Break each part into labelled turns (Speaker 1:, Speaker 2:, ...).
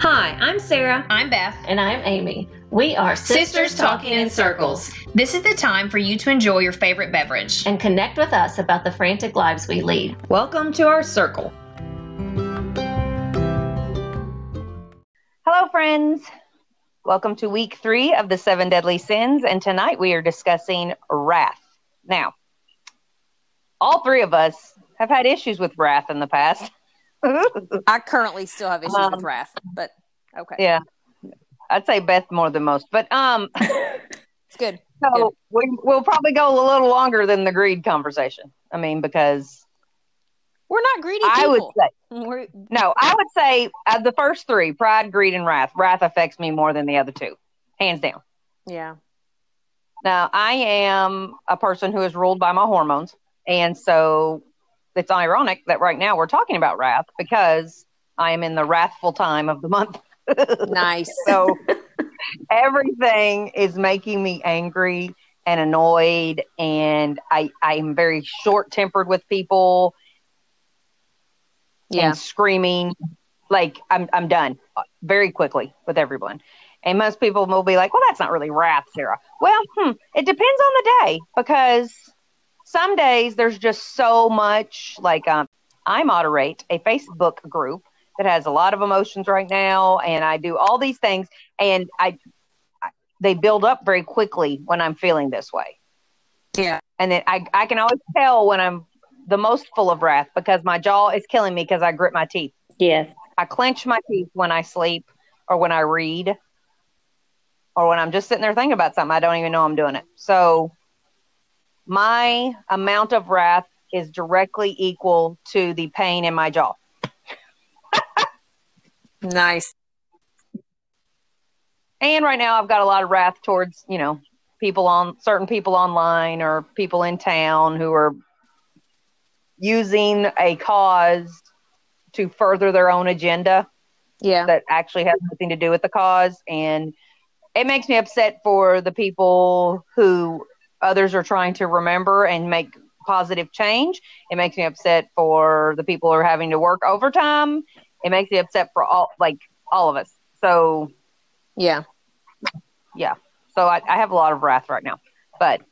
Speaker 1: Hi, I'm Sarah.
Speaker 2: I'm Beth.
Speaker 1: And I'm Amy. We are Sisters, Talking in Circles
Speaker 2: This is the time for you to enjoy your favorite beverage.
Speaker 1: and connect with us about the frantic lives we lead.
Speaker 2: Welcome to our circle.
Speaker 3: Hello, friends. Welcome to week three of the seven deadly sins, and tonight we are discussing wrath. Now, all three of us have had issues with wrath in the past.
Speaker 4: I currently still have issues
Speaker 3: Um,
Speaker 4: with wrath, but okay,
Speaker 3: yeah, I'd say Beth more than most, but um,
Speaker 4: it's good.
Speaker 3: so we, we'll probably go a little longer than the greed conversation. I mean, because
Speaker 4: We're not greedy
Speaker 3: I would
Speaker 4: people.
Speaker 3: say
Speaker 4: We're,
Speaker 3: no, I would say of the first three, pride, greed, and wrath. Wrath affects me more than the other two, hands down.
Speaker 4: yeah,
Speaker 3: Now, I am a person who is ruled by my hormones. And so it's ironic that right now we're talking about wrath because I am in the wrathful time of the month.
Speaker 4: nice.
Speaker 3: So everything is making me angry and annoyed. And I, I am very short tempered with people
Speaker 4: yeah,
Speaker 3: and screaming. Like I'm, I'm done uh, very quickly with everyone. And most people will be like, well, that's not really wrath, Sarah. Well, hmm, it depends on the day because some days there's just so much. Like, um, I moderate a Facebook group that has a lot of emotions right now, and I do all these things, and I, I they build up very quickly when I'm feeling this way
Speaker 4: yeah.
Speaker 3: and then I, I can always tell when I'm the most full of wrath because my jaw is killing me because I grit my teeth.
Speaker 1: Yes.
Speaker 3: I clench my teeth when I sleep or when I read or when I'm just sitting there thinking about something. I don't even know I'm doing it. So my amount of wrath is directly equal to the pain in my jaw.
Speaker 4: Nice.
Speaker 3: And right now I've got a lot of wrath towards, you know, people on certain people online or people in town who are using a cause to further their own agenda
Speaker 4: Yeah,
Speaker 3: that actually has nothing to do with the cause and it makes me upset for the people who others are trying to remember and make positive change. It makes me upset for the people who are having to work overtime. It makes me upset for all like all of us. So
Speaker 4: yeah.
Speaker 3: so I, I have a lot of wrath right now. But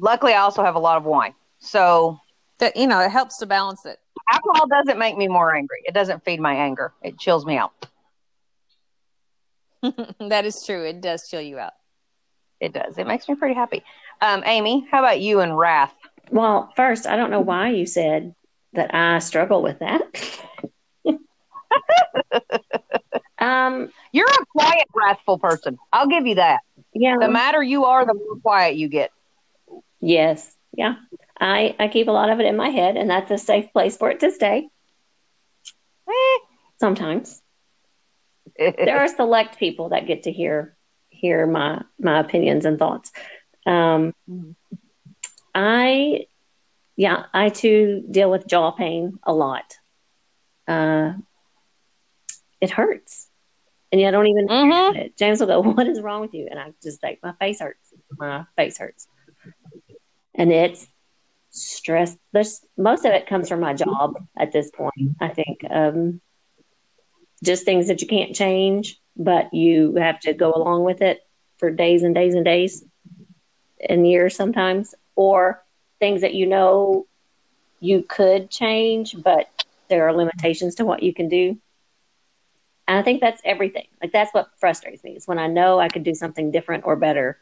Speaker 3: luckily, I also have a lot of wine. So
Speaker 4: That you know, it helps to balance it.
Speaker 3: alcohol doesn't make me more angry. It doesn't feed my anger. It chills me out.
Speaker 4: that is true. It does chill you out.
Speaker 3: It does. It makes me pretty happy. Um, Amy, how about you and wrath?
Speaker 5: Well, first, I don't know why you said that I struggle with that. um,
Speaker 3: You're a quiet, wrathful person. I'll give you that.
Speaker 5: yeah.
Speaker 3: The madder you are, the more quiet you get.
Speaker 5: yes. Yeah. I, I keep a lot of it in my head, and that's a safe place for it to stay
Speaker 3: Eh.
Speaker 5: sometimes. there are select people that get to hear hear my my opinions and thoughts. Um, I yeah, I too deal with jaw pain a lot. Uh, it hurts, and I don't even.
Speaker 3: Mhm.
Speaker 5: It. James will go, "What is wrong with you?" And I just like, "My face hurts. My face hurts," and it's stress. There's most of it comes from my job at this point. I think um, just things that you can't change, but you have to go along with it for days and days and days and years sometimes, or things that you know you could change, but there are limitations to what you can do. And I think that's everything. Like that's what frustrates me is when I know I could do something different or better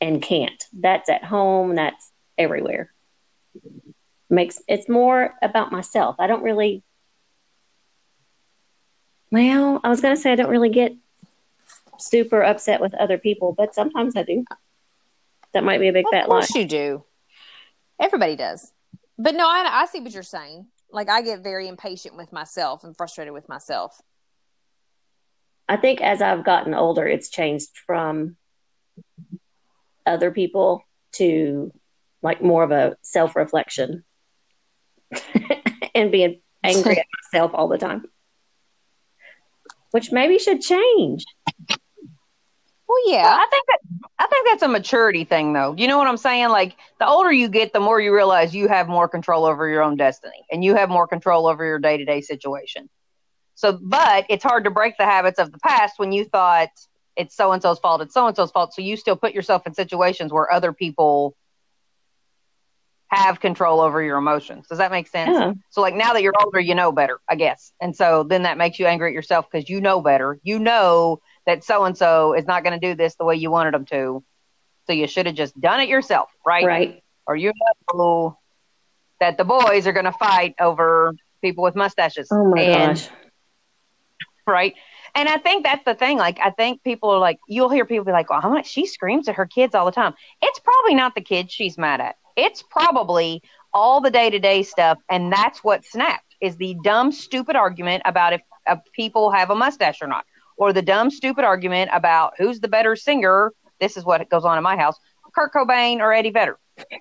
Speaker 5: and can't. That's at home, that's everywhere. Makes it's more about myself. I don't really well, I was gonna say I don't really get super upset with other people, but sometimes I do. That might be a big
Speaker 4: Of
Speaker 5: fat lie.
Speaker 4: course you do. Everybody does. But no, I, I see what you're saying. Like I get very impatient with myself and frustrated with myself.
Speaker 5: I think as I've gotten older, it's changed from other people to like more of a self reflection and being angry at myself all the time, which maybe should change.
Speaker 4: Well,
Speaker 3: Well,
Speaker 4: yeah,
Speaker 3: I think that I think that's a maturity thing, though. You know what I'm saying? Like the older you get, the more you realize you have more control over your own destiny, and you have more control over your day to day situation. So, but it's hard to break the habits of the past when you thought it's so and so's fault, it's so and so's fault. So you still put yourself in situations where other people have control over your emotions. Does that make sense?
Speaker 5: Yeah.
Speaker 3: So, like now that you're older, you know better, I guess. And so then that makes you angry at yourself because you know better. You know that so and so is not going to do this the way you wanted them to. So you should have just done it yourself, right?
Speaker 5: Right.
Speaker 3: Or you know that the boys are going to fight over people with mustaches.
Speaker 5: Oh my
Speaker 3: and,
Speaker 5: gosh.
Speaker 3: Right. And I think that's the thing. Like, I think people are like, you'll hear people be like, well, how much she screams at her kids all the time. It's probably not the kids she's mad at. It's probably all the day to day stuff. And that's what snapped is the dumb, stupid argument about if uh, people have a mustache or not, or the dumb, stupid argument about who's the better singer. This is what goes on in my house Kurt Cobain or Eddie Vedder.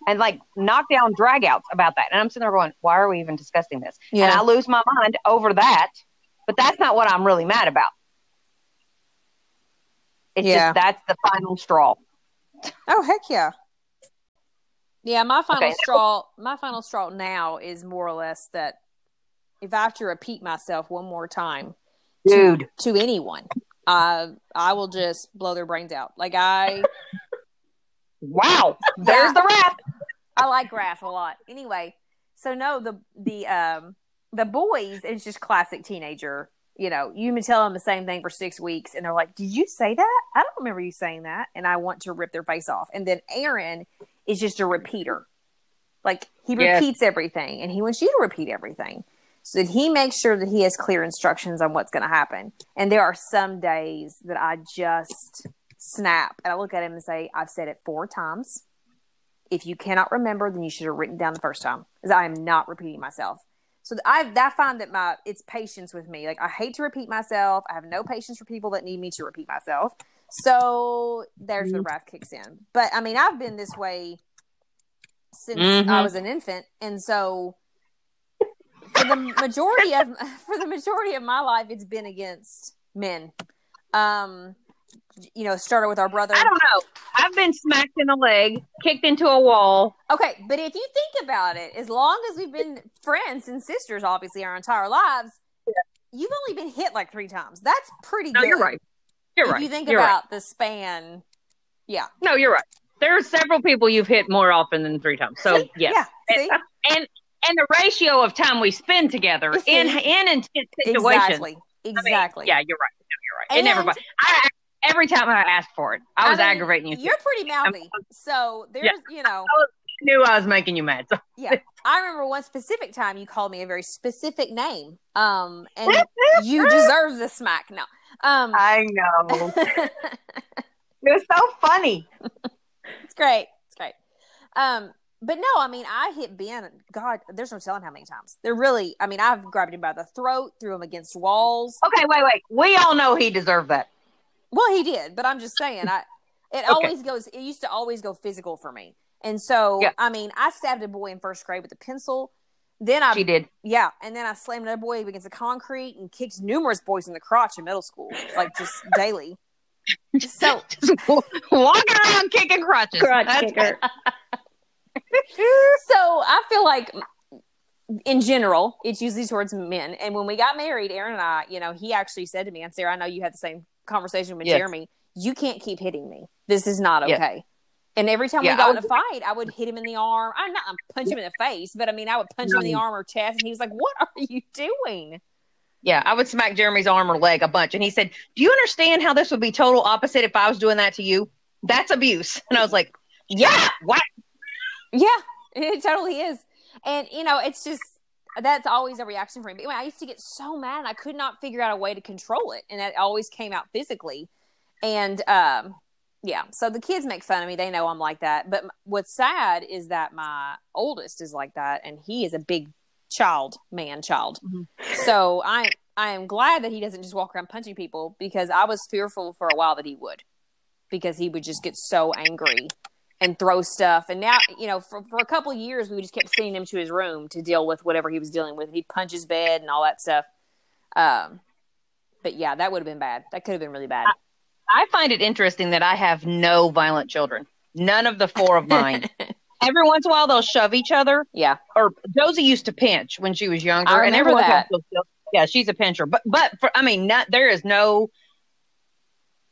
Speaker 3: And like knockdown dragouts about that. And I'm sitting there going, why are we even discussing this? and I lose my mind over that. But that's not what I'm really mad about. It's
Speaker 4: Yeah.
Speaker 3: just that's the final straw.
Speaker 4: Oh heck yeah. Yeah, my final
Speaker 3: Okay.
Speaker 4: straw my final straw now is more or less that if I have to repeat myself one more time
Speaker 3: Dude,
Speaker 4: to anyone, I I will just blow their brains out. Like I
Speaker 3: wow. There's the wrap.
Speaker 4: I like Raph a lot. Anyway, so no, the the um the boys is just classic teenager. You know, you can tell them the same thing for six weeks, and they're like, "Did you say that? I don't remember you saying that." And I want to rip their face off. And then Aaron is just a repeater. Like he
Speaker 3: Yes.
Speaker 4: repeats everything, and he wants you to repeat everything, so that he makes sure that he has clear instructions on what's going to happen. And there are some days that I just snap and I look at him and say, "I've said it four times." if you cannot remember, then you should have written down the first time because I am not repeating myself. So th- I, I find that my it's patience with me. Like I hate to repeat myself. I have no patience for people that need me to repeat myself. So there's the wrath kicks in. But I mean, I've been this way since I
Speaker 3: Mhm.
Speaker 4: was an infant, and so for the majority of for the majority of my life, it's been against men. Um, you know, started with our brother.
Speaker 3: I don't know. I've been smacked in the leg, kicked into a wall.
Speaker 4: Okay, but if you think about it, as long as we've been friends and sisters, obviously our entire lives, you've only been hit like three times. That's pretty
Speaker 3: No,
Speaker 4: good.
Speaker 3: you're right. You're
Speaker 4: if
Speaker 3: right.
Speaker 4: you think
Speaker 3: You're right.
Speaker 4: about the span,
Speaker 3: No, you're right. There are several people you've hit more often than three times. So yes.
Speaker 4: yeah, see,
Speaker 3: And the ratio of time we spend together
Speaker 4: You see?
Speaker 3: in in intense situations.
Speaker 4: exactly,
Speaker 3: I mean,
Speaker 4: exactly.
Speaker 3: yeah, you're right. No, You're right. it
Speaker 4: And-
Speaker 3: never. bu- I every time I asked for it, I was
Speaker 4: mean,
Speaker 3: aggravating you.
Speaker 4: You're pretty mouthy, so there's you know.
Speaker 3: knew I was making you mad. So
Speaker 4: Yeah, I remember one specific time you called me a very specific name, um, and you deserve the smack. No, um,
Speaker 3: I know. It was so funny.
Speaker 4: It's great. It's great. Um, but no, I mean, I hit Ben. God, there's no telling how many times. They're really. I mean, I've grabbed him by the throat, threw him against walls.
Speaker 3: Okay, wait, wait. We all know he deserved that.
Speaker 4: Well, he did, but I'm just saying. I. It always goes. It used to always go physical for me, and so
Speaker 3: Yeah.
Speaker 4: I mean, I stabbed a boy in first grade with a pencil. Then I
Speaker 3: She did.
Speaker 4: yeah, and then I slammed another boy against the concrete and kicked numerous boys in the crotch in middle school, like just daily. So
Speaker 3: Just walking around kicking crotches.
Speaker 5: Crotch
Speaker 3: That's-
Speaker 5: kicker.
Speaker 4: so I feel like in general, it's usually towards men. And when we got married, Aaron and I, you know, he actually said to me, and Sarah, I know you had the same conversation with
Speaker 3: Yes.
Speaker 4: Jeremy, you can't keep hitting me. This is not
Speaker 3: Yes.
Speaker 4: okay. And every time
Speaker 3: Yeah,
Speaker 4: we got
Speaker 3: I
Speaker 4: in a fight, I would hit him in the arm. I'm not punch him in the face, but I mean, I would punch him in the arm or chest. And he was like, What are you doing?
Speaker 3: Yeah, I would smack Jeremy's arm or leg a bunch. And he said, Do you understand how this would be total opposite if I was doing that to you? That's abuse. And I was like, Yeah, what?
Speaker 4: Yeah, it totally is. And you know, it's just that's always a reaction for me. But anyway, I used to get so mad and I could not figure out a way to control it. And that always came out physically. And um yeah, so the kids make fun of me. They know I'm like that. But m- what's sad is that my oldest is like that and he is a big child, man child.
Speaker 3: Mhm.
Speaker 4: So I I am glad that he doesn't just walk around punching people because I was fearful for a while that he would because he would just get so angry and throw stuff. And now, you know, for, for a couple of years, we just kept sending him to his room to deal with whatever he was dealing with. He'd punch his bed and all that stuff. Um, but yeah, that would have been bad. That could have been really bad.
Speaker 3: I find it interesting that I have no violent children. None of the four of mine. Every once in a while, they'll shove each other.
Speaker 4: Yeah.
Speaker 3: Or Josie used to pinch when she was younger,
Speaker 4: I
Speaker 3: and
Speaker 4: remember
Speaker 3: everyone
Speaker 4: that.
Speaker 3: she'll, she'll, yeah, she's a pincher. But but for, I mean, not, there is no,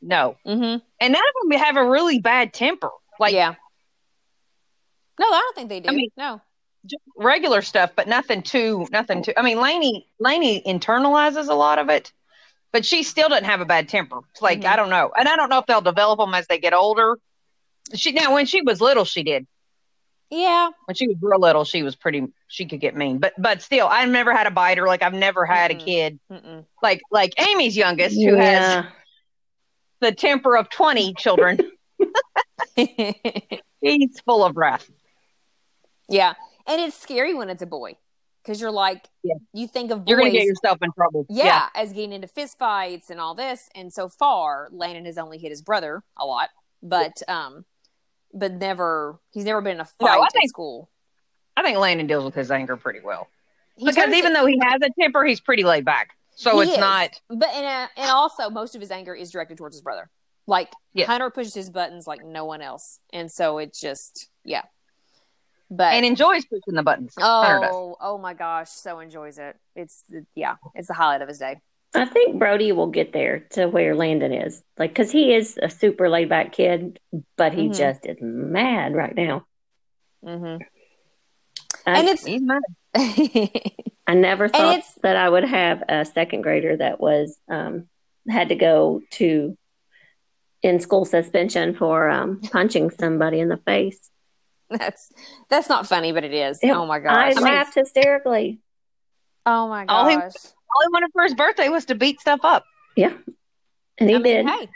Speaker 3: no,
Speaker 4: Mm-hmm.
Speaker 3: and none of them have a really bad temper. Like
Speaker 4: yeah. No, I don't think they do.
Speaker 3: I mean-
Speaker 4: no.
Speaker 3: regular stuff, but nothing too, nothing too. I mean, Lainey Lainey internalizes a lot of it, but she still doesn't have a bad temper. It's like
Speaker 4: Mhm.
Speaker 3: I don't know, and I don't know if they'll develop them as they get older. She now when she was little, she did.
Speaker 4: Yeah.
Speaker 3: When she was real little, she was pretty. She could get mean, but but still, I've never had a biter. Like I've never had
Speaker 4: Mhm.
Speaker 3: a kid
Speaker 4: Mm-mm.
Speaker 3: like like Amy's youngest who has
Speaker 5: yeah.
Speaker 3: the temper of twenty children. He's full of wrath.
Speaker 4: yeah. And it's scary when it's a boy because you're like,
Speaker 3: Yeah.
Speaker 4: you think of boys.
Speaker 3: You're gonna get yourself in trouble.
Speaker 4: yeah, as getting into fistfights and all this. And so far, Landon has only hit his brother a lot, but um, but never he's never been in a
Speaker 3: No,
Speaker 4: fight
Speaker 3: I
Speaker 4: at
Speaker 3: think-
Speaker 4: school.
Speaker 3: I think Landon deals with his anger pretty well.
Speaker 4: He
Speaker 3: because
Speaker 4: turns
Speaker 3: even
Speaker 4: it-
Speaker 3: though he has a temper, he's pretty laid back. So
Speaker 4: he
Speaker 3: it's
Speaker 4: is.
Speaker 3: not.
Speaker 4: but and uh, and also most of his anger is directed towards his brother. Like
Speaker 3: Yes.
Speaker 4: Hunter pushes his buttons like no one else, and so it's just yeah. But
Speaker 3: And enjoys pushing the buttons. Hunter does.
Speaker 4: Oh, oh my gosh, so enjoys it. It's the, yeah, it's the highlight of his day.
Speaker 5: I think Brody will get there to where Landon is. Like, because he is a super laid back kid, but he
Speaker 4: Mhm.
Speaker 3: Mm-hmm.
Speaker 5: just is mad right now.
Speaker 4: Mm-hmm.
Speaker 5: I,
Speaker 4: And it's
Speaker 3: He's mad.
Speaker 5: I never thought
Speaker 4: it's-
Speaker 5: that I would have a second grader that was, um, had to go to in school suspension for um, punching somebody in the face.
Speaker 4: that's that's not funny, but it is.
Speaker 5: It-
Speaker 4: oh my
Speaker 5: I
Speaker 4: gosh,
Speaker 5: laughed hysterically.
Speaker 4: oh my
Speaker 3: All he-
Speaker 4: gosh.
Speaker 3: All he wanted for his birthday was to beat stuff up.
Speaker 5: Yeah. And he
Speaker 4: I
Speaker 5: did.
Speaker 4: mean, hey.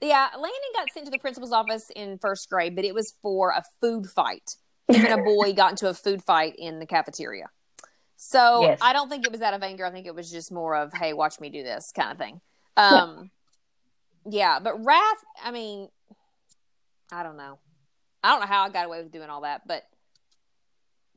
Speaker 4: Yeah, Landon got sent to the principal's office in first grade, but it was for a food fight. Him and a boy got into a food fight in the cafeteria. So
Speaker 3: Yes.
Speaker 4: I don't think it was out of anger. I think it was just more of, hey, watch me do this kind of thing. Um, yeah, but Wrath, I mean, I don't know. I don't know how I got away with doing all that, but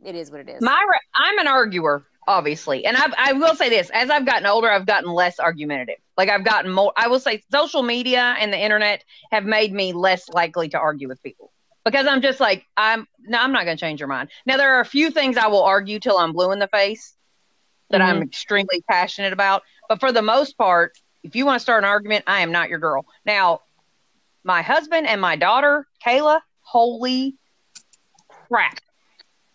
Speaker 4: it is what it is.
Speaker 3: My, re- I'm an arguer, obviously, and I, I will say this: as I've gotten older, I've gotten less argumentative. Like I've gotten more. I will say social media and the internet have made me less likely to argue with people because I'm just like I'm. No, I'm not going to change your mind. Now there are a few things I will argue till I'm blue in the face that I'm extremely passionate about, but for the most part, if you want to start an argument, I am not your girl. Now, my husband and my daughter, Kayla, holy crap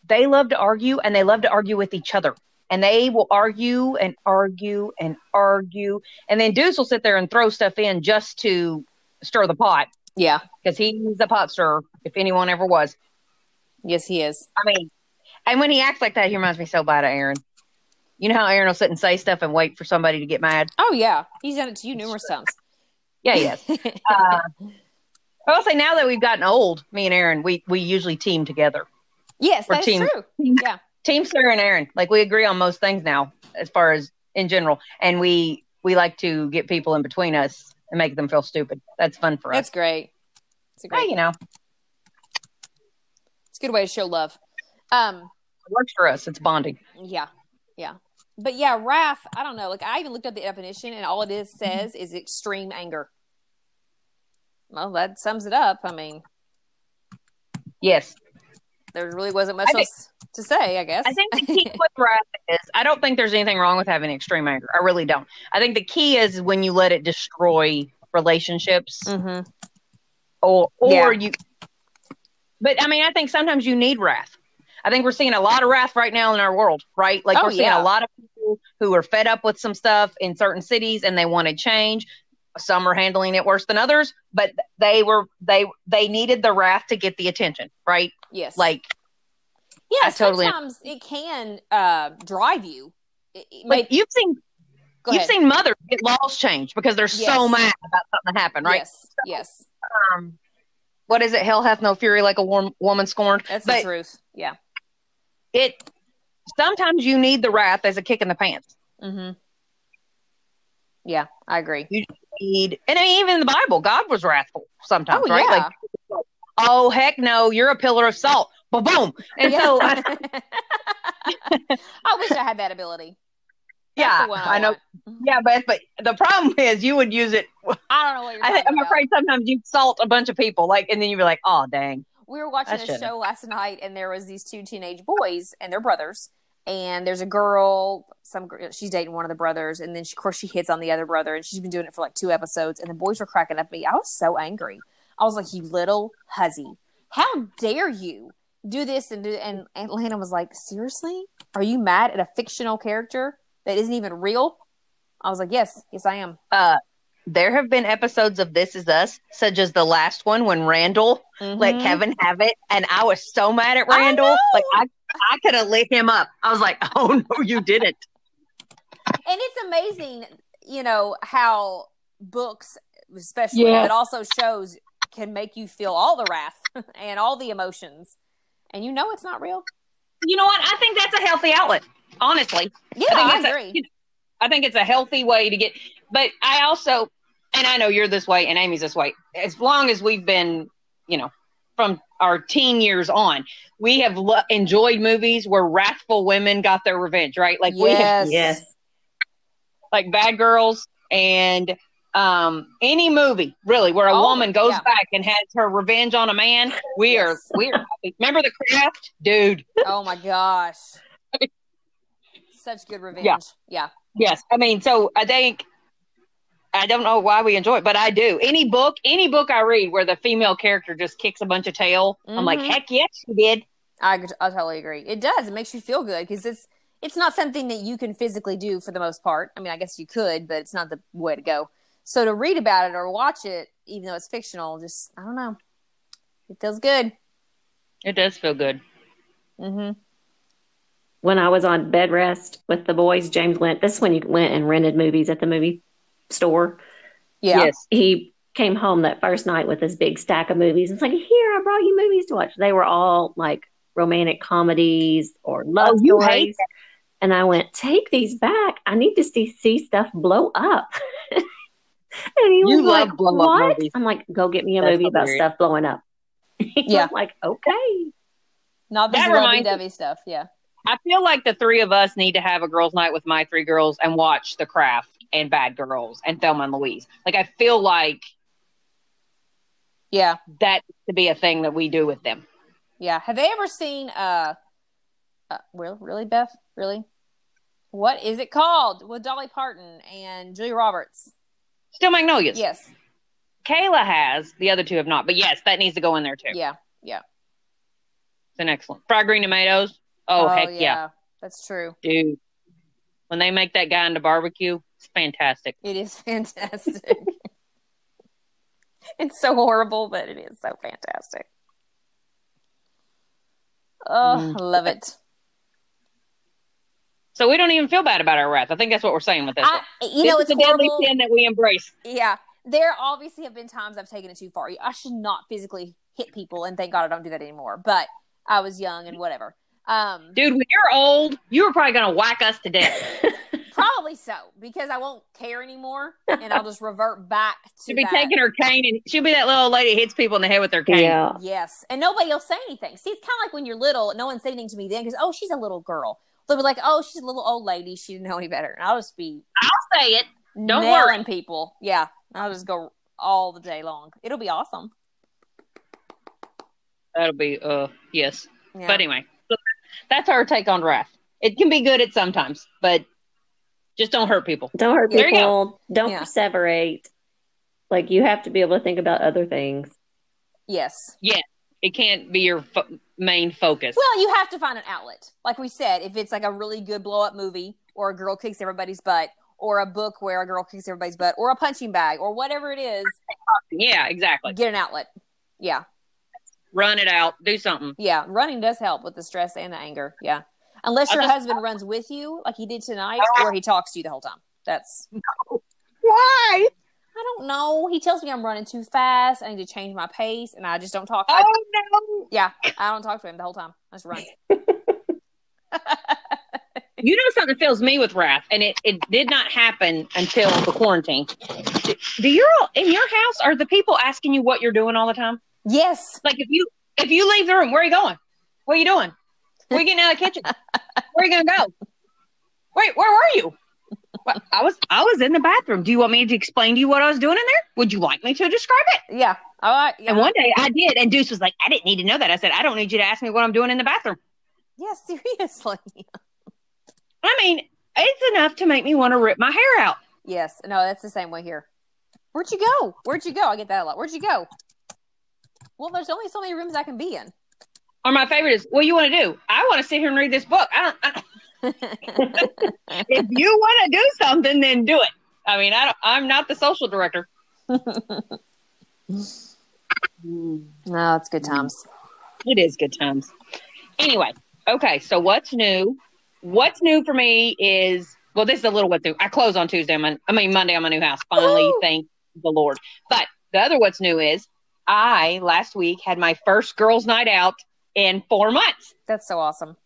Speaker 3: they love to argue and they love to argue with each other. And they will argue and argue and argue. And then Deuce will sit there and throw stuff in just to stir the pot
Speaker 4: yeah,
Speaker 3: because he's a pot stirrer, if anyone ever was.
Speaker 4: yes, he is.
Speaker 3: I mean, and when he acts like that, he reminds me so bad of Aaron. You know how Aaron will sit and say stuff and wait for somebody to get mad?
Speaker 4: Oh, yeah. He's done it to you numerous times.
Speaker 3: Yeah, yes. uh, I will say now that we've gotten old, me and Aaron, we, we usually team together.
Speaker 4: yes,
Speaker 3: Or
Speaker 4: that's
Speaker 3: team-
Speaker 4: true. Yeah.
Speaker 3: Team Sarah and Aaron, like we agree on most things now, as far as in general, and we we like to get people in between us and make them feel stupid. That's fun for
Speaker 4: That's
Speaker 3: us.
Speaker 4: great. It's a
Speaker 3: Hey,
Speaker 4: great,
Speaker 3: you know,
Speaker 4: it's a good way to show love. Um,
Speaker 3: it works for us. It's bonding.
Speaker 4: yeah, yeah, but yeah, Raph. I don't know. Like I even looked up the definition, and all it is
Speaker 3: Mm-hmm.
Speaker 4: says is extreme anger. Well, that sums it up. I mean,
Speaker 3: Yes,
Speaker 4: there really wasn't much
Speaker 3: I think-
Speaker 4: else to say. I guess.
Speaker 3: I think the key with wrath is I don't think there's anything wrong with having extreme anger. I really don't. I think the key is when you let it destroy relationships,
Speaker 4: mm-hmm.
Speaker 3: or or
Speaker 4: Yeah.
Speaker 3: you. But I mean, I think sometimes you need wrath. I think we're seeing a lot of wrath right now in our world, right? Like
Speaker 4: Oh,
Speaker 3: we're seeing
Speaker 4: yeah.
Speaker 3: a lot of people who are fed up with some stuff in certain cities and they want to change. Some are handling it worse than others, but they were they they needed the wrath to get the attention, right?
Speaker 4: Yes.
Speaker 3: Like
Speaker 4: yeah.
Speaker 3: I totally-
Speaker 4: Sometimes it can uh, drive you. It, it
Speaker 3: like
Speaker 4: may-
Speaker 3: you've seen
Speaker 4: go
Speaker 3: you've
Speaker 4: ahead.
Speaker 3: seen mothers get laws changed because they're so
Speaker 4: Yes.
Speaker 3: mad about something that happened, right?
Speaker 4: Yes. Yes.
Speaker 3: Um, what is it? Hell hath no fury like a warm woman scorned.
Speaker 4: That's the
Speaker 3: But-
Speaker 4: truth. Yeah.
Speaker 3: It sometimes you need the wrath as a kick in the pants.
Speaker 4: Mm-hmm. Yeah, I agree.
Speaker 3: need, and I mean, even in the Bible, God was wrathful sometimes,
Speaker 4: Oh,
Speaker 3: right?
Speaker 4: yeah.
Speaker 3: Like, oh heck no, you're a pillar of salt, ba boom, and
Speaker 4: Yeah.
Speaker 3: so I,
Speaker 4: I wish I had that ability. That's
Speaker 3: yeah,
Speaker 4: the one
Speaker 3: I know,
Speaker 4: want.
Speaker 3: yeah, but but the problem is you would use it.
Speaker 4: I don't know what you're
Speaker 3: I
Speaker 4: talking
Speaker 3: think, I'm
Speaker 4: about.
Speaker 3: afraid sometimes you salt a bunch of people, like, and then you'd be like, oh dang,
Speaker 4: We were watching
Speaker 3: I
Speaker 4: a
Speaker 3: should've.
Speaker 4: show last night, and there was these two teenage boys and their brothers, and there's a girl some gr- she's dating one of the brothers and then she, of course she hits on the other brother and she's been doing it for like two episodes and the boys were cracking up at me i was so angry i was like you little hussy how dare you do this and do and atlanta was like seriously are you mad at a fictional character that isn't even real i was like yes yes i am
Speaker 6: Uh, there have been episodes of This Is Us, such as the last one when Randall let
Speaker 4: Mhm.
Speaker 6: Kevin have it, and Mm-hmm. I was so mad at
Speaker 4: I
Speaker 6: Randall.
Speaker 4: know.
Speaker 6: like I, I could have lit him up. I was like, "Oh no, you didn't."
Speaker 4: and it's amazing, you know, how books, especially,
Speaker 7: Yeah.
Speaker 4: but also shows, can make you feel all the wrath and all the emotions, and you know it's not real.
Speaker 6: You know what? I think that's a healthy outlet. Honestly,
Speaker 4: Yeah,
Speaker 6: I
Speaker 4: I,
Speaker 6: think that's a-
Speaker 4: agree.
Speaker 6: you I think it's a healthy way to get. But I also, and I know you're this way, and Amy's this way. As long as we've been, you know, from our teen years on, we have lo- enjoyed movies where wrathful women got their revenge, right? Like we have
Speaker 4: yes,
Speaker 5: Yes.
Speaker 6: like Bad Girls and um, any movie really where a
Speaker 4: Oh,
Speaker 6: woman goes
Speaker 4: yeah.
Speaker 6: back and has her revenge on a man. We
Speaker 4: Yes.
Speaker 6: are we are happy. Remember the craft, dude.
Speaker 4: Oh my gosh, such good revenge.
Speaker 6: Yeah.
Speaker 4: Yeah,
Speaker 6: Yes, I mean, so I think I don't know why we enjoy it, but I do. Any book, any book I read where the female character just kicks a bunch of tail, I'm like,
Speaker 4: Mhm.
Speaker 6: heck yes, she did.
Speaker 4: I, I totally agree. It does. It makes you feel good because it's it's not something that you can physically do for the most part. I mean, I guess you could, but it's not the way to go. So to read about it or watch it, even though it's fictional, just I don't know, it feels good.
Speaker 6: It does feel good.
Speaker 4: hmm
Speaker 5: When I was on bed rest with the boys, James went. This is when you went and rented movies at the movie store.
Speaker 4: Yeah.
Speaker 6: Yes.
Speaker 5: He came home that first night with this big stack of movies. It's like, here, I brought you movies to watch. They were all like romantic comedies or love
Speaker 6: Oh, you hate
Speaker 5: stories. And I went, take these back. I need to see see stuff blow up. and he
Speaker 6: You
Speaker 5: was
Speaker 6: love
Speaker 5: like,
Speaker 6: blow up
Speaker 5: what?
Speaker 6: movies.
Speaker 5: I'm like, go get me a
Speaker 6: That's
Speaker 5: movie about
Speaker 6: hilarious.
Speaker 5: stuff blowing up. He
Speaker 4: Yeah.
Speaker 5: was like, okay.
Speaker 4: Not this
Speaker 6: That
Speaker 4: lovey
Speaker 6: reminds-
Speaker 4: dovey stuff. Yeah.
Speaker 6: I feel like the three of us need to have a girls' night with my three girls and watch The Craft and Bad Girls and Thelma and Louise. Like I feel like
Speaker 4: Yeah.
Speaker 6: that to be a thing that we do with them.
Speaker 4: Yeah. Have they ever seen uh, uh really, really Beth? Really? What is it called? With Dolly Parton and Julia Roberts.
Speaker 6: Still Magnolias.
Speaker 4: Yes.
Speaker 6: Kayla has. The other two have not. But yes, that needs to go in there too.
Speaker 4: Yeah.
Speaker 6: It's an excellent. Fried green tomatoes. Oh, heck yeah.
Speaker 4: That's true.
Speaker 6: Dude. When they make that guy into barbecue, it's fantastic.
Speaker 4: It is fantastic. it's so horrible, but it is so fantastic. Oh,
Speaker 6: Mm.
Speaker 4: I love it.
Speaker 6: So we don't even feel bad about our wrath. I think that's what we're saying with this.
Speaker 4: I,
Speaker 6: one.
Speaker 4: you know,
Speaker 6: this
Speaker 4: it's
Speaker 6: is the deadly
Speaker 4: horrible.
Speaker 6: sin that we embrace.
Speaker 4: Yeah. There obviously have been times I've taken it too far. I should not physically hit people, and thank God I don't do that anymore. But I was young and whatever. Um,
Speaker 6: Dude, when you're old, you were probably gonna whack us to death.
Speaker 4: probably so because I won't care anymore, and I'll just revert back to
Speaker 6: She'll be
Speaker 4: that.
Speaker 6: taking her cane and she'll be that little old lady that hits people in the head with their cane.
Speaker 5: Yeah.
Speaker 4: Yes, and nobody will say anything. See, it's kind of like when you're little, no one said anything to me then because oh, she's a little girl. They'll be like, oh, she's a little old lady. She didn't know any better. And I'll just be
Speaker 6: I'll say it. Don't
Speaker 4: nailing people. Yeah, I'll just go all the day long. It'll be awesome.
Speaker 6: That'll be uh yes.
Speaker 4: Yeah.
Speaker 6: But anyway, so that's our take on wrath. It can be good at sometimes, but just don't hurt people.
Speaker 5: Don't hurt
Speaker 6: There you go.
Speaker 5: people. Don't
Speaker 4: Yeah.
Speaker 5: separate. Like, you have to be able to think about other things.
Speaker 4: yes.
Speaker 6: It can't be your fo- main focus.
Speaker 4: Well, you have to find an outlet. Like we said, if it's like a really good blow up movie or a girl kicks everybody's butt or a book where a girl kicks everybody's butt or a punching bag or whatever it is,
Speaker 6: yeah, exactly.
Speaker 4: get an outlet. Yeah.
Speaker 6: Run it out. Do something.
Speaker 4: Yeah, running does help with the stress and the anger. Yeah. Unless
Speaker 6: I
Speaker 4: your
Speaker 6: just-
Speaker 4: husband runs with you like he did tonight or he talks to you the whole time. That's
Speaker 6: Why?
Speaker 4: I don't know. He tells me I'm running too fast. I need to change my pace and I just don't talk. I,
Speaker 6: Oh no!
Speaker 4: yeah, I don't talk to him the whole time. I just run.
Speaker 6: You know something fills me with wrath, and it, it did not happen until the quarantine. Do you in your house are the people asking you what you're doing all the time?
Speaker 4: yes.
Speaker 6: Like if you if you leave the room, where are you going? What are you doing? Where are you getting out of the kitchen? Where are you gonna go? Wait, where were you? Well, I was I was in the bathroom. Do you want me to explain to you what I was doing in there? Would you like me to describe it?
Speaker 4: Yeah. All right. Yeah.
Speaker 6: And one day I did, and Deuce was like, I didn't need to know that. I said, I don't need you to ask me what I'm doing in the bathroom.
Speaker 4: yeah, seriously.
Speaker 6: I mean, it's enough to make me want to rip my hair out.
Speaker 4: Yes. No, that's the same way here. Where'd you go? Where'd you go? I get that a lot. Where'd you go? Well, there's only so many rooms I can be in.
Speaker 6: Or my favorite is, what do you want to do? I want to sit here and read this book. I don't. I, if you want to do something, then do it. I mean, I don't, I'm not the social director.
Speaker 4: No, it's good times.
Speaker 6: It is good times. Anyway, okay. So what's new? What's new for me is well, this is a little what's new. I close on Tuesday. My, I mean Monday on my new house. Finally,
Speaker 4: Woo!
Speaker 6: thank the Lord. But the other what's new is I last week had my first girls' night out in four months.
Speaker 4: That's so awesome.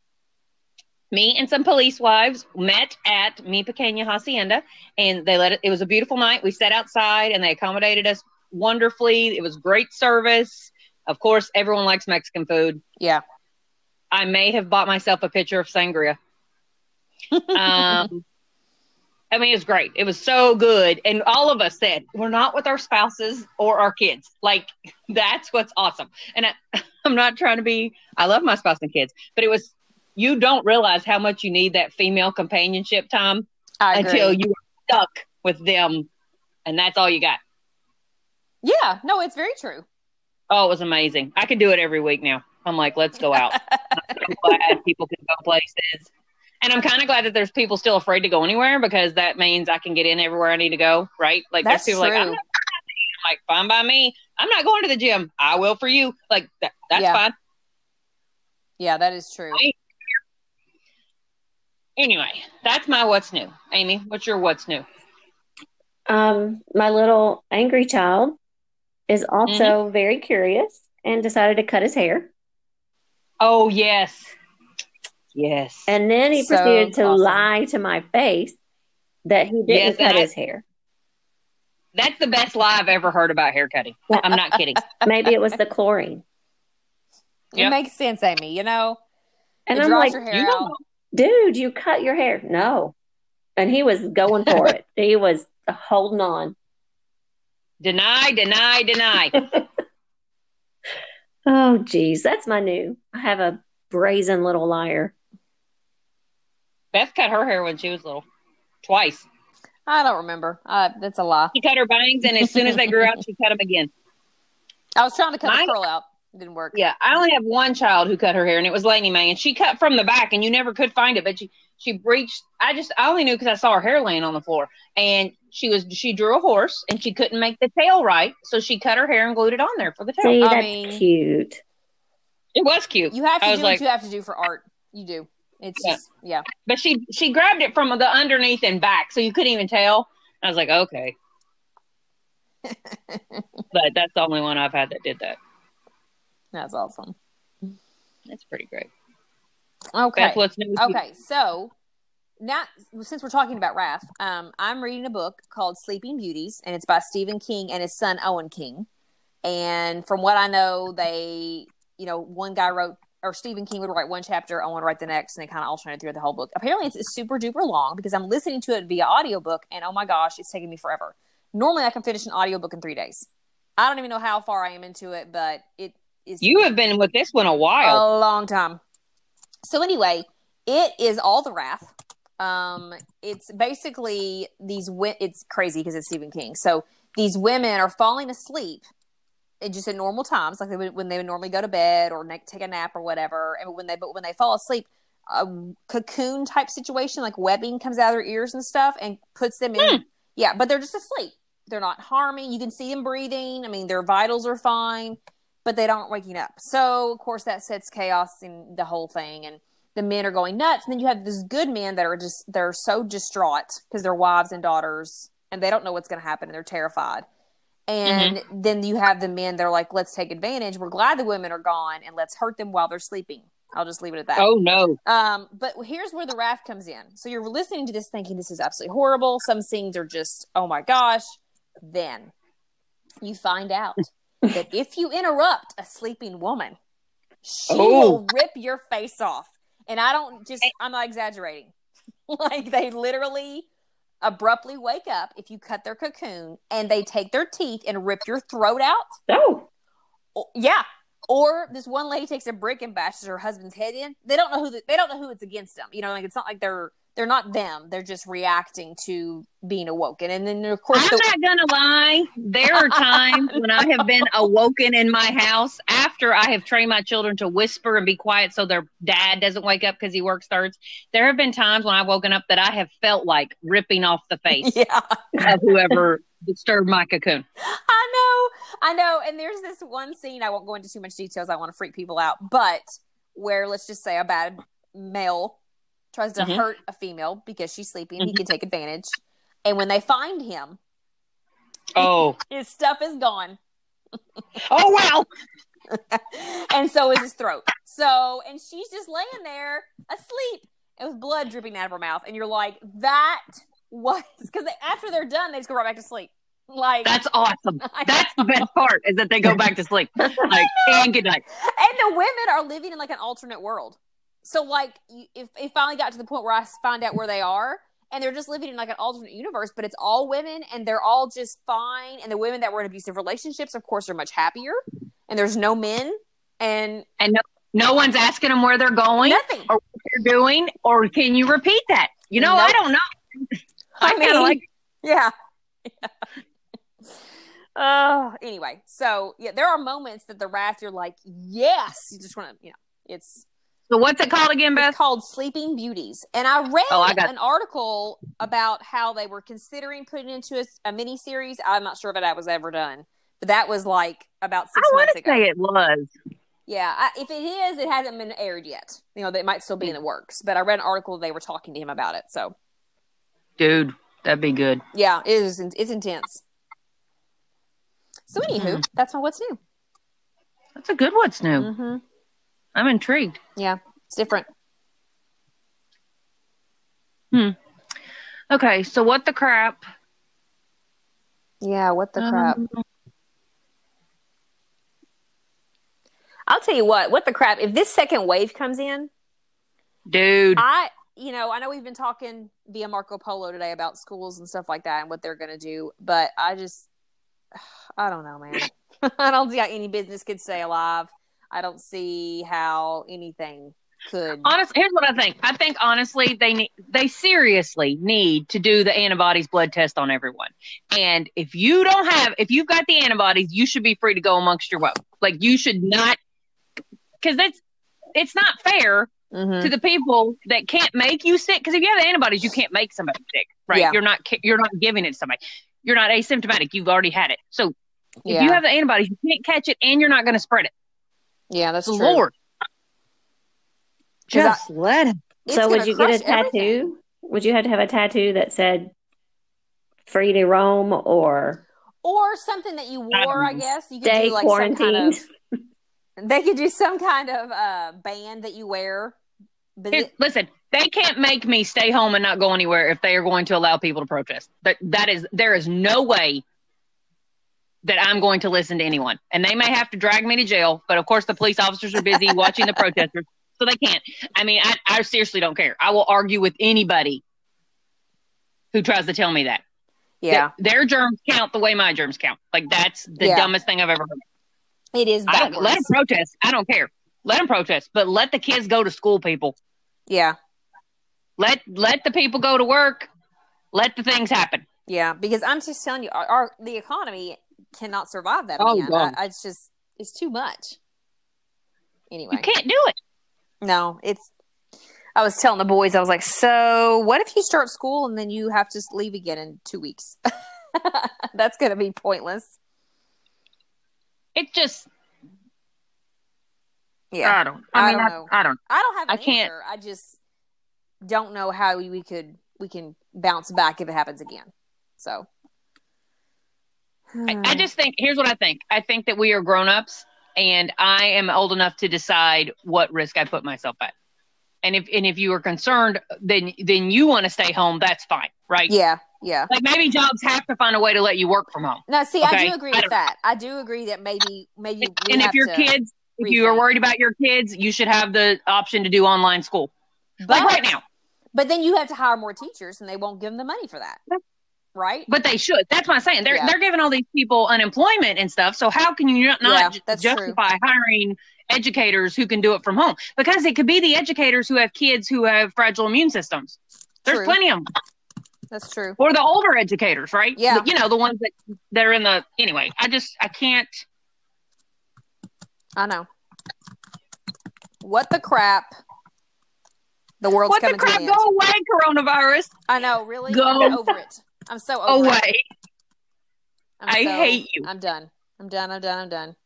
Speaker 6: Me and some police wives met at Mi Pequeña Hacienda, and they let it. It was a beautiful night. We sat outside, and they accommodated us wonderfully. It was great service. Of course, everyone likes Mexican food.
Speaker 4: Yeah.
Speaker 6: I may have bought myself a pitcher of sangria. Um, I mean, it was great. It was so good. And all of us said, we're not with our spouses or our kids. Like, that's what's awesome. And I, I'm not trying to be, I love my spouse and kids, but it was, you don't realize how much you need that female companionship time
Speaker 4: I agree.
Speaker 6: until you are stuck with them. And that's all you got.
Speaker 4: yeah. No, it's very true.
Speaker 6: Oh, it was amazing. I could do it every week now. I'm like, let's go out. I'm glad people can go places. And I'm kind of glad that there's people still afraid to go anywhere because that means I can get in everywhere I need to go, right? Like
Speaker 4: That's
Speaker 6: there's people like, "Ah." I'm
Speaker 4: true.
Speaker 6: not, I'm like, fine by me. I'm not going to the gym. I will for you. Like that, that's
Speaker 4: Yeah.
Speaker 6: fine.
Speaker 4: Yeah, that is true.
Speaker 6: Anyway, that's my what's new. Amy, what's your what's new?
Speaker 5: Um, my little angry child is also
Speaker 4: Mm-hmm.
Speaker 5: very curious and decided to cut his hair.
Speaker 6: Oh yes, yes.
Speaker 5: And then he
Speaker 4: So
Speaker 5: proceeded to
Speaker 4: awesome.
Speaker 5: lie to my face that he didn't
Speaker 6: Yes, and
Speaker 5: cut
Speaker 6: I-
Speaker 5: his hair.
Speaker 6: that's the best lie I've ever heard about hair cutting. I'm not kidding.
Speaker 5: Maybe it was the chlorine.
Speaker 4: It
Speaker 6: Yep.
Speaker 4: makes sense, Amy. You know,
Speaker 5: And
Speaker 4: it
Speaker 5: I'm
Speaker 4: draws
Speaker 5: like,
Speaker 4: your hair
Speaker 6: You
Speaker 4: out.
Speaker 6: don't
Speaker 5: dude, you cut your hair. No. And he was going for it. He was holding on.
Speaker 6: deny, deny, deny.
Speaker 5: Oh, geez. That's my new. I have a brazen little liar.
Speaker 6: Beth cut her hair when she was little, twice.
Speaker 4: I don't remember. Uh, that's a lie.
Speaker 6: She cut her bangs, and as soon as they grew out, she cut them again.
Speaker 4: I was trying to cut
Speaker 6: My-
Speaker 4: the curl out. It didn't work.
Speaker 6: Yeah, I only have one child who cut her hair, and it was Laney Mae, and she cut from the back, and you never could find it. But she she breached. I just I only knew because I saw her hair laying on the floor, and she was she drew a horse, and she couldn't make the tail right, so she cut her hair and glued it on there for the tail.
Speaker 5: See,
Speaker 4: I
Speaker 5: that's
Speaker 4: mean-
Speaker 5: cute.
Speaker 6: It was cute,
Speaker 4: You have to
Speaker 6: I
Speaker 4: do
Speaker 6: was
Speaker 4: what
Speaker 6: like-
Speaker 4: you have to do for art. You do. It's
Speaker 6: Yeah.
Speaker 4: just yeah.
Speaker 6: but she she grabbed it from the underneath and back, so you couldn't even tell. I was like, okay, but that's the only one I've had that did that.
Speaker 4: That's awesome.
Speaker 6: That's pretty great.
Speaker 4: Okay.
Speaker 6: That's what's new. with you.
Speaker 4: Okay, so now since we're talking about Raph, um, I'm reading a book called Sleeping Beauties, and it's by Stephen King and his son Owen King. And from what I know, they, you know, one guy wrote or Stephen King would write one chapter, Owen would write the next, and they kind of alternated throughout the whole book. Apparently, it's, it's super duper long because I'm listening to it via audiobook, and oh my gosh, it's taking me forever. Normally, I can finish an audiobook in three days. I don't even know how far I am into it, but it is
Speaker 6: You have been with this one a while.
Speaker 4: a long time. So anyway, it is all the wrath. Um, it's basically these. Wi- it's crazy because it's Stephen King. So these women are falling asleep, at just at normal times, like they would, when they would normally go to bed or na- take a nap or whatever. And when they but when they fall asleep, a cocoon type situation, like webbing, comes out of their ears and stuff, and puts them in. Yeah, but they're just asleep. They're not harming. You can see them breathing. I mean, their vitals are fine but they aren't waking up. So of course that sets chaos in the whole thing and the men are going nuts. And then you have these good men that are just they're so distraught because their wives and daughters and they don't know what's gonna happen and they're terrified. And then you have the men that are like, let's take advantage. We're glad the women are gone and let's hurt them while they're sleeping. I'll just leave it at that.
Speaker 6: Oh no.
Speaker 4: Um, but here's where the wrath comes in. So you're listening to this thinking this is absolutely horrible. Some scenes are just, oh my gosh. Then you find out that if you interrupt a sleeping woman, she will rip your face off. And I don't just, I'm not exaggerating. like they literally abruptly wake up if you cut their cocoon and they take their teeth and rip your throat out.
Speaker 5: Oh,
Speaker 4: Or- yeah or this one lady takes a brick and bashes her husband's head in they don't know who the, they don't know who it's against them you know like it's not like they're they're not them. They're just reacting to being awoken. And then of course,
Speaker 6: I'm
Speaker 4: the,
Speaker 6: not gonna lie. There are times when I have been awoken in my house after I have trained my children to whisper and be quiet so their dad doesn't wake up because he works thirds. There have been times when I've woken up that I have felt like ripping off the face
Speaker 4: yeah,
Speaker 6: of whoever disturbed my cocoon.
Speaker 4: I know, I know. And there's this one scene. I won't go into too much details. I want to freak people out, but where let's just say a bad male tries to
Speaker 6: Mhm.
Speaker 4: hurt a female because she's sleeping, he can take advantage. And when they find him,
Speaker 6: Oh,
Speaker 4: his stuff is gone.
Speaker 6: oh wow!
Speaker 4: and so is his throat. So, and she's just laying there asleep and with blood dripping out of her mouth. And you're like, that was because after they're done, they just go right back to sleep. Like,
Speaker 6: That's awesome.
Speaker 4: I
Speaker 6: That's the best part is that they go back to sleep. Like and good night.
Speaker 4: and the women are living in like an alternate world. So, like, you, if it finally got to the point where I find out where they are, and they're just living in like an alternate universe, but it's all women, and they're all just fine. And the women that were in abusive relationships, of course, are much happier. And there's no men and
Speaker 6: No one's asking them where they're going, what
Speaker 4: nothing.
Speaker 6: they're doing, or can you repeat that? You know, I
Speaker 4: Nope.
Speaker 6: don't know. I, kind of like
Speaker 4: Yeah. Oh, anyway, so yeah, there are moments that the wrath you're like, yes, you just want to, you know, it's,
Speaker 6: So what's it called again, Beth?
Speaker 4: it's called Sleeping Beauties, and I read
Speaker 6: Oh, I got-
Speaker 4: an article about how they were considering putting it into a, a mini series. I'm not sure if that was ever done, but that was like about six
Speaker 6: I want
Speaker 4: months
Speaker 6: to
Speaker 4: ago.
Speaker 6: say it was.
Speaker 4: Yeah, I, if it is, it hasn't been aired yet. You know, that might still
Speaker 6: Hmm.
Speaker 4: be in the works, but I read an article they were talking to him about it. So
Speaker 6: Dude, that'd be good.
Speaker 4: yeah, it is. It's intense. So anywho,
Speaker 6: Mm-hmm.
Speaker 4: that's my what's new.
Speaker 6: That's a good what's new.
Speaker 4: Mm-hmm.
Speaker 6: I'm intrigued.
Speaker 4: It's different.
Speaker 6: Okay, so what the crap?
Speaker 4: Yeah, what the crap?
Speaker 6: Um,
Speaker 4: I'll tell you what. What the crap? If this second wave comes in,
Speaker 6: dude.
Speaker 4: I, you know, I know we've been talking via Marco Polo today about schools and stuff like that and what they're going to do, but I just, I don't know, man. I don't see how any business could stay alive. I don't see how anything could.
Speaker 6: Honest, here's what I think. I think honestly, they need, they seriously need to do the antibodies blood test on everyone. And if you don't have, if you've got the antibodies, you should be free to go amongst your woe. Like you should not, because that's it's not fair
Speaker 4: Mhm.
Speaker 6: to the people that can't make you sick. Because if you have antibodies, you can't make somebody sick, right?
Speaker 4: Yeah.
Speaker 6: You're not ca- you're not giving it to somebody. You're not asymptomatic. You've already had it. So if
Speaker 4: Yeah,
Speaker 6: you have the antibodies, you can't catch it, and you're not going to spread it.
Speaker 4: yeah, that's true.
Speaker 6: Lord,
Speaker 4: 'Cause I-
Speaker 6: just let it.
Speaker 4: It's
Speaker 5: so would
Speaker 4: gonna
Speaker 5: you get a
Speaker 4: crush
Speaker 5: tattoo?
Speaker 4: everything.
Speaker 5: Would you have to have a tattoo that said "Free to roam" or
Speaker 4: or something that you
Speaker 6: I don't
Speaker 4: wore? I,
Speaker 6: know.
Speaker 4: guess you could
Speaker 5: "Stay
Speaker 4: do like some kind
Speaker 5: quarantined"?
Speaker 4: of. They could do some kind of uh, band that you wear. But
Speaker 6: Here,
Speaker 4: it-
Speaker 6: listen, they can't make me stay home and not go anywhere if they are going to allow people to protest. That that is there is no way that I'm going to listen to anyone. And they may have to drag me to jail, but of course the police officers are busy watching the protesters, so they can't. I mean, I, I seriously don't care. I will argue with anybody who tries to tell me that.
Speaker 4: yeah,
Speaker 6: Their, their germs count the way my germs count. Like that's the
Speaker 4: Yeah.
Speaker 6: dumbest thing I've ever heard.
Speaker 4: it is
Speaker 6: I don't,
Speaker 4: backwards.
Speaker 6: let them protest. I don't care. Let them protest, but let the kids go to school, people.
Speaker 4: yeah,
Speaker 6: Let let the people go to work. Let the things happen.
Speaker 4: yeah. Because I'm just telling you, our, our the economy cannot survive that.
Speaker 6: Oh,
Speaker 4: again.
Speaker 6: God.
Speaker 4: I, I- it's just it's too much. Anyway,
Speaker 6: You can't do it.
Speaker 4: no, it's. I was telling the boys, I was like, so what if you start school and then you have to leave again in two weeks? That's going to be pointless.
Speaker 6: It just
Speaker 4: Yeah.
Speaker 6: I don't. I,
Speaker 4: I
Speaker 6: mean,
Speaker 4: don't
Speaker 6: I,
Speaker 4: know.
Speaker 6: I don't.
Speaker 4: I don't have. An
Speaker 6: I can't-
Speaker 4: Answer. I just don't know how we could we can bounce back if it happens again. So
Speaker 6: I, I just think here's what I think. I think that we are grown ups, and I am old enough to decide what risk I put myself at. And if and if you are concerned, then then you want to stay home. That's fine, right?
Speaker 4: yeah, yeah.
Speaker 6: Like maybe jobs have to find a way to let you work from home.
Speaker 4: No, see, I
Speaker 6: Okay.
Speaker 4: do agree
Speaker 6: I
Speaker 4: with
Speaker 6: don't-
Speaker 4: that. I do agree that maybe maybe we
Speaker 6: and
Speaker 4: have
Speaker 6: if your
Speaker 4: to,
Speaker 6: kids, if you are
Speaker 4: rethink.
Speaker 6: worried about your kids, you should have the option to do online school.
Speaker 4: but,
Speaker 6: like right now.
Speaker 4: but then you have to hire more teachers, and they won't give them the money for that, right?
Speaker 6: But they should. That's what I'm saying. They're
Speaker 4: Yeah.
Speaker 6: they're giving all these people unemployment and stuff. So how can you not,
Speaker 4: Yeah,
Speaker 6: not ju-
Speaker 4: that's
Speaker 6: justify hiring educators who can do it from home? Because it could be the educators who have kids who have fragile immune systems. There's
Speaker 4: True.
Speaker 6: plenty of them.
Speaker 4: That's true.
Speaker 6: Or the older educators, right?
Speaker 4: Yeah.
Speaker 6: You know, the ones that, that are in the. Anyway, I just, I can't.
Speaker 4: I know. What the crap? The world's
Speaker 6: what the
Speaker 4: coming
Speaker 6: crap?
Speaker 4: to an
Speaker 6: Go
Speaker 4: end.
Speaker 6: away, coronavirus.
Speaker 4: I know, really.
Speaker 6: Go.
Speaker 4: I'm over it. I'm so over it.
Speaker 6: Away.
Speaker 4: I'm
Speaker 6: I
Speaker 4: so-
Speaker 6: hate you.
Speaker 4: I'm done. I'm done. I'm done. I'm done.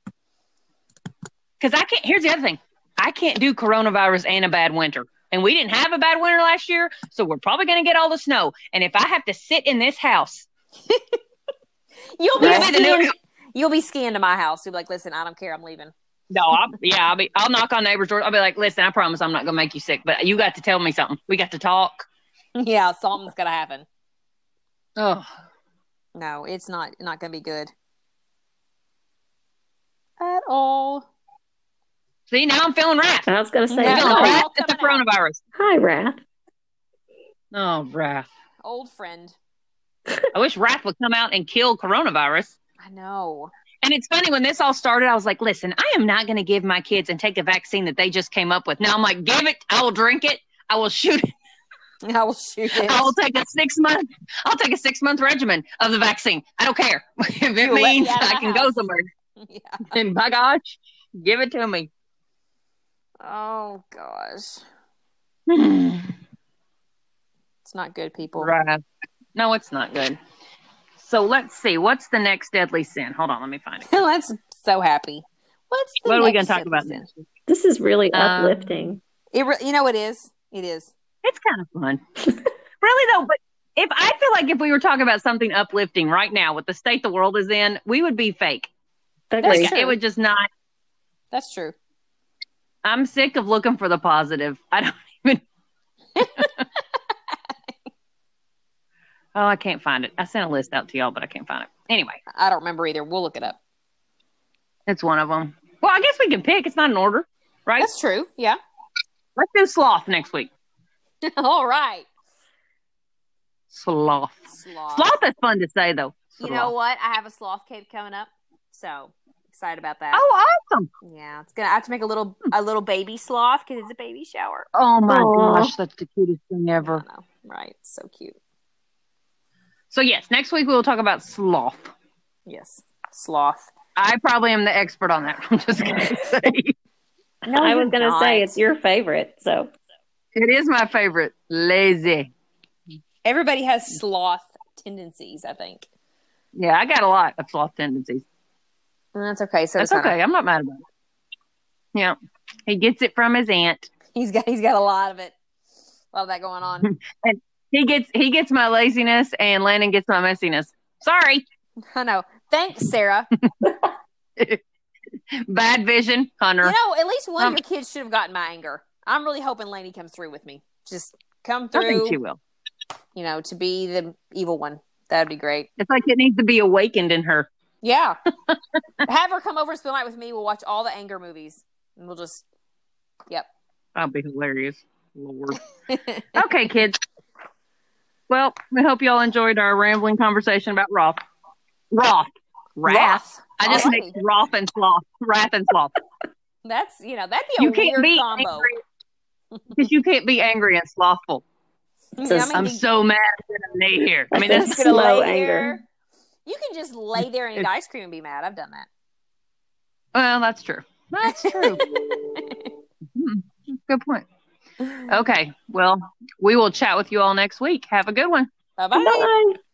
Speaker 6: Because I can't. Here's the other thing I can't do coronavirus and a bad winter. And we didn't have a bad winter last year, so we're probably going to get all the snow. And if I have to sit in this house,
Speaker 4: You'll be
Speaker 6: Maybe the
Speaker 4: skiing.
Speaker 6: new-
Speaker 4: You'll be skiing to my house. You'll be like, listen, I don't care. I'm leaving.
Speaker 6: no, I'll, yeah, I'll be. I'll knock on neighbors' door. I'll be like, listen, I promise I'm not going to make you sick, but you got to tell me something. We got to talk.
Speaker 4: yeah, something's gonna happen.
Speaker 6: Oh,
Speaker 4: No, it's not. Not gonna be good at all.
Speaker 6: see, now I'm feeling wrath.
Speaker 5: I was going to say,
Speaker 6: I'm
Speaker 4: That's
Speaker 6: feeling
Speaker 4: all
Speaker 5: hi,
Speaker 6: wrath at the
Speaker 4: coming
Speaker 6: coronavirus.
Speaker 5: hi, Wrath.
Speaker 6: Oh, wrath.
Speaker 4: Old friend.
Speaker 6: I wish Wrath would come out and kill coronavirus.
Speaker 4: I know.
Speaker 6: And it's funny when this all started, I was like, listen, I am not going to give my kids and take a vaccine that they just came up with. Now I'm like, give it. I will drink it. I will shoot it.
Speaker 4: I will shoot it.
Speaker 6: I will take a six month. I'll take a six month regimen of the vaccine. I don't care if it
Speaker 4: let me
Speaker 6: means
Speaker 4: out of
Speaker 6: I
Speaker 4: my
Speaker 6: can go
Speaker 4: house.
Speaker 6: somewhere.
Speaker 4: yeah.
Speaker 6: And by gosh, give it to me.
Speaker 4: Oh gosh, it's not good, people.
Speaker 6: Wrath. No, it's not good. So let's see. What's the next deadly sin? Hold on, let me find it.
Speaker 4: That's so happy. What's the
Speaker 6: What are we going
Speaker 4: next
Speaker 6: to talk about?
Speaker 4: sentence
Speaker 6: next?
Speaker 5: This is really
Speaker 6: Um,
Speaker 5: uplifting.
Speaker 4: then? It re- you know it is. It is.
Speaker 6: It's kind of fun. really though, but if I feel like if we were talking about something uplifting right now with the state the world is in, we would be fake.
Speaker 5: Agree.
Speaker 4: That's true.
Speaker 6: It would just not
Speaker 4: That's true.
Speaker 6: I'm sick of looking for the positive. I don't even Oh, I can't find it. I sent a list out to y'all, but I can't find it. Anyway,
Speaker 4: I don't remember either. We'll look it up.
Speaker 6: it's one of them. Well, I guess we can pick. It's not an order, right?
Speaker 4: That's true. Yeah.
Speaker 6: Let's do sloth next week.
Speaker 4: All right.
Speaker 6: Sloth.
Speaker 4: Sloth.
Speaker 6: Sloth is fun to say though.
Speaker 4: You know
Speaker 6: Sloth.
Speaker 4: what? I have a sloth cave coming up, so excited about that.
Speaker 6: Oh, awesome.
Speaker 4: Yeah, it's gonna. I have to make a little a little baby sloth because it's a baby shower.
Speaker 6: Oh my
Speaker 5: Aw.
Speaker 6: gosh, that's the cutest thing ever.
Speaker 4: I know. Right. So cute.
Speaker 6: So yes, next week we will talk about sloth.
Speaker 4: Yes. Sloth.
Speaker 6: I probably am the expert on that. I'm just gonna say
Speaker 4: No,
Speaker 5: I was
Speaker 4: you're
Speaker 5: going to say
Speaker 4: not.
Speaker 5: it's your favorite. So
Speaker 6: it is my favorite. Lazy.
Speaker 4: Everybody has sloth tendencies. I think.
Speaker 6: Yeah, I got a lot of sloth tendencies.
Speaker 4: And That's okay. So
Speaker 6: That's
Speaker 4: does Hunter.
Speaker 6: okay. I'm not mad about it. Yeah, he gets it from his aunt.
Speaker 4: He's got he's got a lot of it. A lot of that going on.
Speaker 6: He gets he gets my laziness, and Landon gets my messiness. Sorry,
Speaker 4: I know. Thanks, Sarah. You
Speaker 6: bad vision, Hunter.
Speaker 4: know, at least one
Speaker 6: Um,
Speaker 4: of your kids should have gotten my anger. I'm really hoping Lainey comes through with me. Just come
Speaker 6: I think she
Speaker 4: through,
Speaker 6: will.
Speaker 4: you know, to be the evil one. That'd be great.
Speaker 6: It's like it needs to be awakened in her.
Speaker 4: Yeah. have her come over and spend the night with me. We'll watch all the anger movies. And we'll just
Speaker 6: That'll be hilarious. Lord. okay, kids. Well, we hope y'all enjoyed our rambling conversation about Roth. Roth. Wrath.
Speaker 4: Wrath.
Speaker 6: I just
Speaker 4: Alrighty.
Speaker 6: mixed Roth and Sloth. Wrath and Sloth.
Speaker 4: That's you know, that'd be a
Speaker 6: You can't
Speaker 4: weird
Speaker 6: be
Speaker 4: combo.
Speaker 6: angry. Because you can't be angry and slothful.
Speaker 4: You know, I mean,
Speaker 6: I'm
Speaker 4: you-
Speaker 6: so mad I'm gonna lay here. I mean,
Speaker 4: you're
Speaker 6: that's
Speaker 4: just gonna
Speaker 5: Slow
Speaker 4: lay
Speaker 5: anger.
Speaker 4: there. You can just lay there and eat ice cream and be mad. I've done that.
Speaker 6: well, that's true. That's true. Hmm. good point. Okay. Well, we will chat with you all next week. Have a good one.
Speaker 4: Bye bye.
Speaker 5: bye.